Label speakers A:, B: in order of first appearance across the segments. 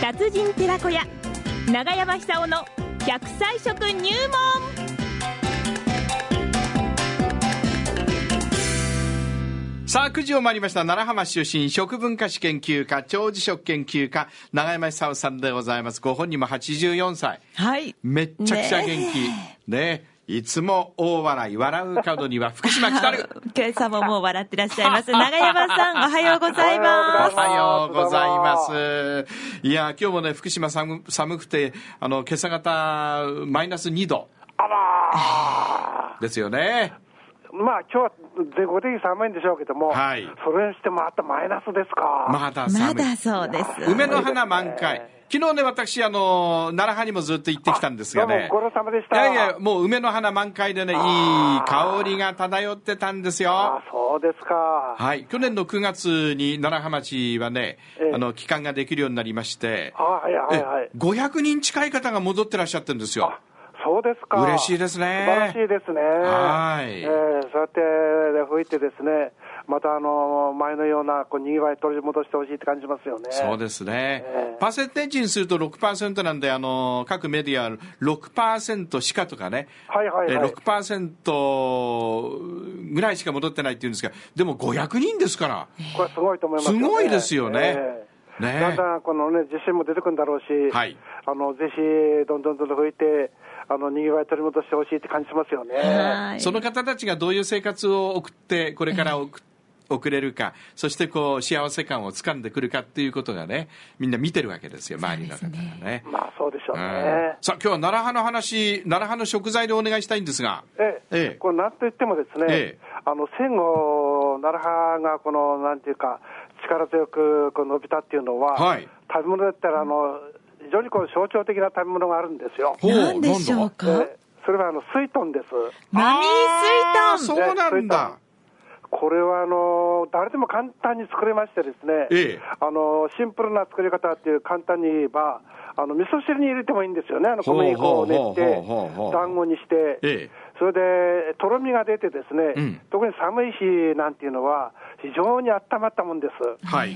A: 達人寺子屋長山久夫の百歳食入門
B: さあ、9時を回りました。奈良浜市出身、食文化史研究家、長寿食研究家、長山久夫さんでございます。ご本人も84歳。
C: はい。
B: めっちゃくちゃ元気。ねいつも大笑い、笑う角には福島来たる。
C: 今朝ももう笑ってらっしゃいます。長山さん、おはようございま
B: お
C: す。
B: はようございます。いや、今日もね、福島寒寒くて、あの、今朝方、マイナス2度
D: あら
B: ですよね。
D: ー まあ今日は全国的に寒いんでしょうけども、
B: はい
D: それにしてまたマイナスですか。
B: まだ
C: ま
B: 寒い。
C: だそうです。
B: 梅の花満開。昨日ね、私、あの、奈良派にもずっと行ってきたんですがね。
D: あどうもご苦労様でした
B: いやいや、もう梅の花満開でね、いい香りが漂ってたんです
D: あ
B: よ。
D: そうですか。
B: はい。去年の9月に奈良浜町はね
D: え、え
B: あの、期間ができるようになりまして、
D: あはいはいはい
B: え。500人近い方が戻ってらっしゃってるんですよ
D: あ。そうですか。
B: 嬉しいですね
D: 素晴らしいですね。
B: はい
D: ええそうやって吹いてですね、またあの前のようなこう賑わい取り戻してほしいって感じますよね。
B: そうですね、
D: ええ
B: パーセンテージにすると6%なんで、あの各メディア、6%しかとかね、
D: はいはいはい
B: えー6%ぐらいしか戻ってないっていうんですが、でも500人ですから、
D: これすごいと思いますよね。
B: すごいですよね
D: ええ
B: ねえ
D: だんだんこのね、自信も出てくるんだろうし、
B: はい
D: あのぜひ、どんどんどんどん増えて、あの賑わい取り戻してほしいって感じしますよね。
C: はい。
B: その方たちがどういう生活を送って、これから 送送れるか、そしてこう幸せ感をつかんでくるかっていうことがね、みんな見てるわけですよ、周りの方がね。
D: まあそうでしょう
B: う
D: ね。
B: んさあ、今日は奈良派の話、奈良派の食材でお願いしたいんですが。
D: え
B: ええ
D: え、これなんといってもですね、
B: ええ
D: あの戦後、奈良派がこのなんていうか、力強くこう伸びたっていうのは、
B: はい
D: 食べ物だったらあの、非常にこう象徴的な食べ物があるんですよ。
B: ほう
C: 何でしょう
D: え
C: か
D: えそれはあの水豚です。
C: マミー
B: あー
C: 水
B: そ
C: 豚
B: うなんだ。
D: これはあの誰でも簡単に作れましてですね、
B: ええ
D: あのシンプルな作り方っていう簡単に言えば、あの味噌汁に入れてもいいんですよね、あの小麦粉を練って
B: ほうほうほうほうほう、
D: 団子にして、
B: ええ
D: それでとろみが出て、ですね、
B: うん
D: 特に寒い日なんていうのは、非常に温まったもんです。
B: はい。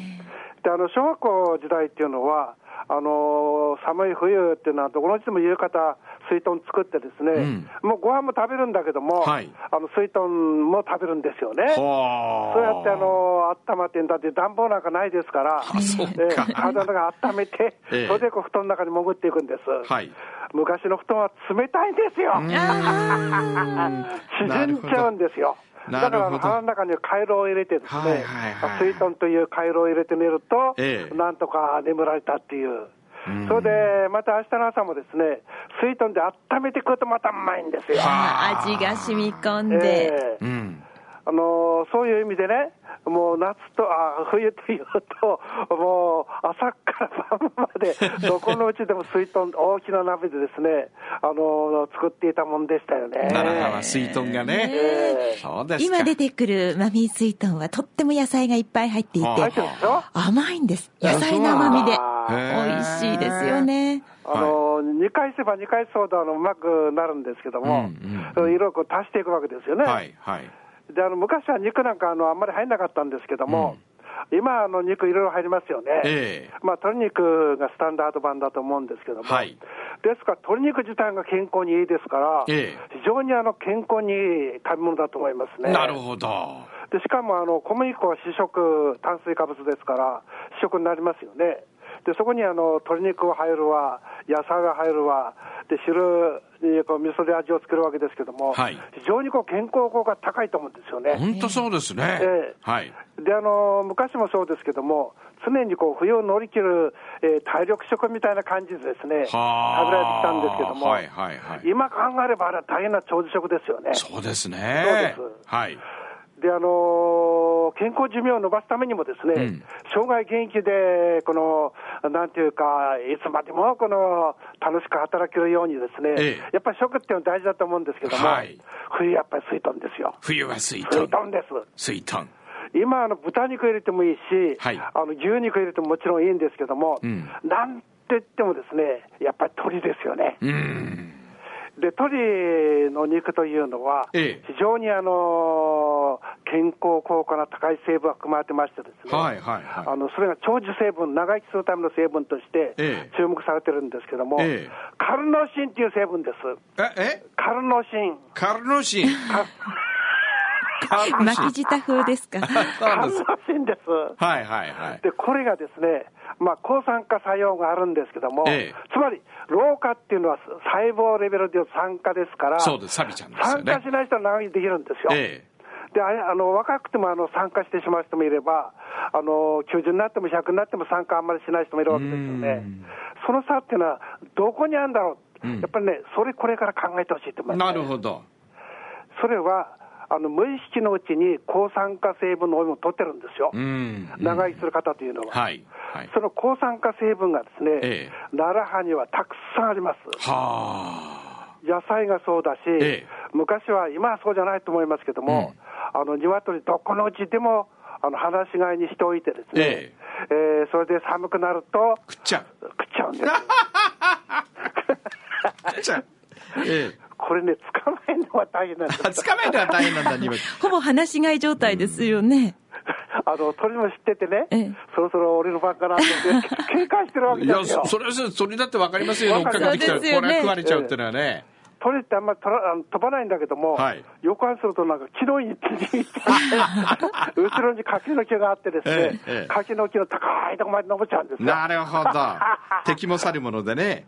D: であの小学校時代っていうのは、あの寒い冬っていうのは、どこのうちでも夕方、水豚作ってですね、もうご飯も食べるんだけども、
B: はい
D: あの水豚も食べるんですよね。
B: はあ
D: そうやってあの温まってんだって、暖房なんかないですから、
B: そうか
D: ええ体が温めて、
B: ええ
D: それでこう布団の中に潜っていくんです、
B: はい
D: 昔の布団は冷たいんですよ、沈んじゃうんですよ。
B: な
D: だ
B: る
D: から
B: ほど
D: あの腹の中に回路を入れてですね、
B: はいはいはい
D: 水遁という回路を入れて寝ると、
B: ええ
D: なんとか眠られたっていう。それで、また明日の朝もですね、水遁で温めて食うとまたうまいんですよ。
C: あー味が染み込ん
D: え
C: で。
D: え
B: うん。
D: あのーそういう意味でね、もう夏と、あ冬というと、もう朝から晩ま で、どこのうちでも水豚、大きな鍋でですね、あのー作っていたもんでしたよね。
B: 奈良浜水豚がね。
D: ええ
B: そうですか。
C: 今出てくるマミー水豚はとっても野菜がいっぱい入っていて、
B: は
D: 入ってるでしょ
C: 甘いんです。野菜の甘みで。美味しいですよね。
D: あのー、2回すれば2回すほどあのうまくなるんですけども、
B: うんうん
D: いろいろこう足していくわけですよね。
B: はいはい。
D: であの昔は肉なんかあのあんまり入んなかったんですけども、今あの肉いろいろ入りますよね、
B: ええ
D: まあ、鶏肉がスタンダード版だと思うんですけども、
B: はい
D: ですから鶏肉自体が健康にいいですから、
B: ええ
D: 非常にあの健康にいい食べ物だと思いますね。
B: なるほど。
D: でしかもあの小麦粉は主食、炭水化物ですから、主食になりますよね。でそこにあの鶏肉が入るわ、野菜が入るわ、で汁にこう味噌で味をつけるわけですけども、
B: はい
D: 非常にこう健康効果高いと思うんですよね。
B: 本当そうですね
D: ええ。
B: はい。
D: であの昔もそうですけども、常にこう冬を乗り切る、えー体力食みたいな感じでですね、食べ
B: はあ
D: られてきたんですけども、
B: はいはいはい
D: 今考えればあれは大変な長寿食ですよね。
B: そうですね
D: そうで。す
B: はい。
D: であの健康寿命を伸ばすためにもですね、
B: うん
D: 生涯現役で、この、なんていうか、いつまでもこの、楽しく働けるようにですね、
B: ええ
D: やっぱり食っていうのは大事だと思うんですけども、
B: はい
D: 冬やっぱり水豚ですよ。
B: 冬は水
D: 水
B: 豚。
D: 豚です。
B: 水豚。
D: 今あの、豚肉入れてもいいし、
B: はい
D: あの牛肉入れてももちろんいいんですけども、
B: うん
D: なんて言ってもですね、やっぱり鳥ですよね。
B: うん。
D: で、鳥の肉というのは、
B: ええ
D: 非常にあの健康効果の高い成分が含まれてましてですね、
B: はいはいはい
D: あのそれが長寿成分、長生きするための成分として
B: ええ
D: 注目されてるんですけども、
B: ええ
D: カルノシンという成分です。
B: ええ
D: カルノシン。
B: カルノ シンカルノシン
C: 巻き舌風です か。
B: そう
D: カ
B: なん
D: ル
B: で
D: ノ
B: す
D: シンです。
B: はいはいはい
D: で、これがですね、まあ、抗酸化作用があるんですけども、
B: ええ
D: つまり、老化っていうのは細胞レベルでいう酸化ですから、
B: そうですサビちゃんですよ
D: 酸
B: ね
D: 化しない人は長生きできるんですよ。
B: え
D: であれあの若くてもあの酸化してしまう人もいれば、あの90になっても100になっても酸化あんまりしない人もいるわけですよね
B: うん、
D: その差っていうのは、どこにあるんだろう、
B: うん
D: やっぱりね、それ、これから考えてほしいと思
B: え
D: います、
B: なるほど
D: それはあの無意識のうちに抗酸化成分の多いものを取ってるんですよ、
B: うん
D: 長生
B: き
D: きする方というのは。
B: はいはい
D: その抗酸化成分がですね、
B: ええ
D: 奈良派にはたくさんあります。
B: はあ
D: 野菜がそうだし、
B: ええ
D: 昔は、今はそうじゃないと思いますけども、あの鶏、どこのうちでもあの放し飼いにしておいてですね、
B: え
D: えーそれで寒くなると
B: 食っちゃう
D: 食っちゃうんです よ。
B: 食っちゃうええ
D: これね、捕まえるのは大変なんです
B: あ捕まえるのは大変なんだ今
C: ほぼ話し飼い状態ですよね。
D: あの鳥も知っててね、
C: ええ
D: そろそろ俺の番かなって、警戒してるわけ
B: い
D: で
B: や
D: すよ
B: そ。それはそそれだってわかりますよ乗っかかってきた
C: そう
B: らこ
C: です
B: れ
C: よね
B: は食われちゃうってのはね
D: 鳥ってあんまり飛ばあの飛ばないんだけども、
B: はい
D: 横反するとなんか木のにっていっち ゃって後ろに柿の木があってですね、
B: ええええ
D: 柿の木の高いとこまで登っちゃうんです よ。
B: なるほど敵も去るものでね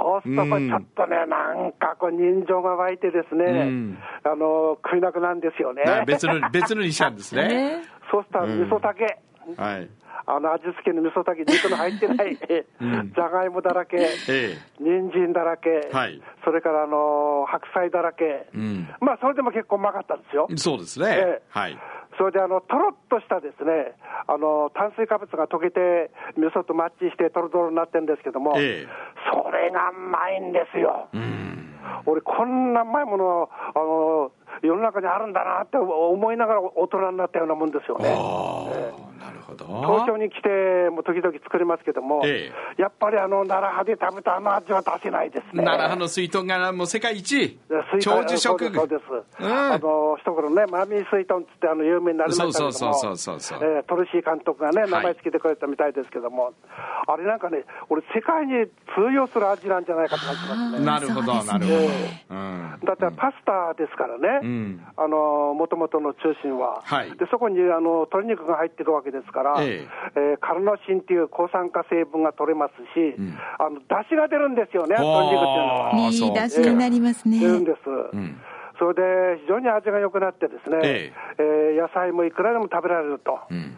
D: そうするとこれちょっとね、なんかこう人情が湧いてですね、
B: うん
D: あの食いなくなるんですよね。
B: な別の別のにしたんですね
C: ね。
D: そうしたら味噌だけ。
B: はい
D: あの味付けの味噌だけ、肉の入っ てない、じゃがいもだらけ、
B: え
D: 人参だらけ、
B: はい
D: それからあの白菜だらけ、
B: うん
D: まあそれでも結構うまかったんですよ
B: え。そうですね、
D: ええ
B: はい
D: それであのとろっとしたですねあの炭水化物が溶けて、味噌とマッチして、とろとろになってるんですけども、
B: ええ
D: それがうまいんですよ。俺、こんなうまいものあの世の中にあるんだなって思いながら大人になったようなもんですよね。
B: ああなるほど
D: 東京に来ても時々作りますけども、
B: え
D: やっぱりあの奈良派で食べたあの味は出せないですね。
B: 奈良派の水豚がもう世界一位
D: 水
B: 長
D: 豚
B: 寿
D: そう
B: 食
D: ですそうです、
B: うん
D: あの一頃ね、マミー水豚っつってあの有名になりましたけども、
B: そうそうそうそうそう
D: えートルシー監督がね、
B: い
D: 名前つけてくれたみたいですけども、あれなんかね、俺、世界に通用する味なんじゃないかと感じますね。
B: なるほど、
C: そうですね
B: なるほど、うん、
D: だってパスタですからね、
B: うん
D: あの元々の中心は、
B: はい
D: でそこにあの鶏肉が入ってるわけですから、
B: え
D: えーカルノシンっていう抗酸化成分が取れますし、
B: ん
D: あの出汁が出るんですよね、
B: おー
D: 鶏肉っていうのは。
B: あ
C: ね
B: ー
C: い
B: そう
C: い出汁になりますね
D: 出。るんです、
B: ん
D: それで非常に味が良くなって、ですね、
B: え
D: えー野菜もいくらでも食べられると。
B: うん、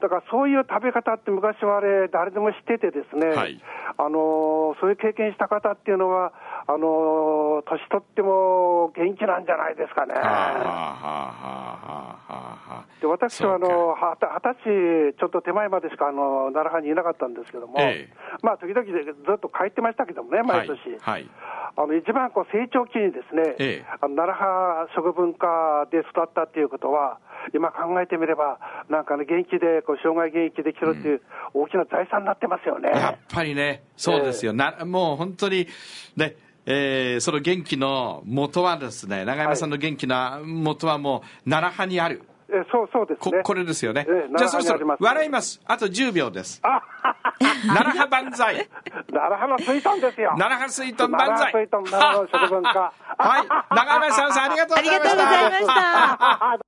D: だからそういう食べ方って昔はあれ、誰でも知っててですね、
B: はい
D: あのーそういう経験した方っていうのは、あのー年取っても元気なんじゃないですかね。
B: はあはあはあはあはあ
D: で私はあ
B: そう
D: のはた二十歳ちょっと手前までしかあの奈良派にいなかったんですけども、
B: ええ
D: まあ時々ずっと帰ってましたけどもね、
B: かは
D: 毎
B: い
D: 年。
B: はい
D: あの一番こう成長期にですね、
B: ええ
D: あの奈良派食文化で育ったっていうことは、今考えてみれば、なんかね、元気で、こう生涯現役できるっていう大きな財産になってますよね。
B: やっぱりね、そうですよ、なもう本当に、ねえーその元気の元はですね、永山さんの元気な元はもう、奈良派にある、
D: えそうそうです
B: こ
D: ね。
B: これですよね
D: ええ、
B: じゃあ、そろそ
D: 奈良派にありま
B: ろ
D: す
B: 笑います、あと10秒です、
D: あ
B: 奈良派万歳、
D: 奈良派の水豚ですよ。
B: 奈良派水豚万歳、
D: 奈良派水豚、奈良の食文化。
B: はい、永山さんさん、ありがとう
C: あ
B: ご
C: り
B: ざ
C: が
B: い
C: と
B: ま
C: う
B: し
C: ござい
B: た
C: ま。した。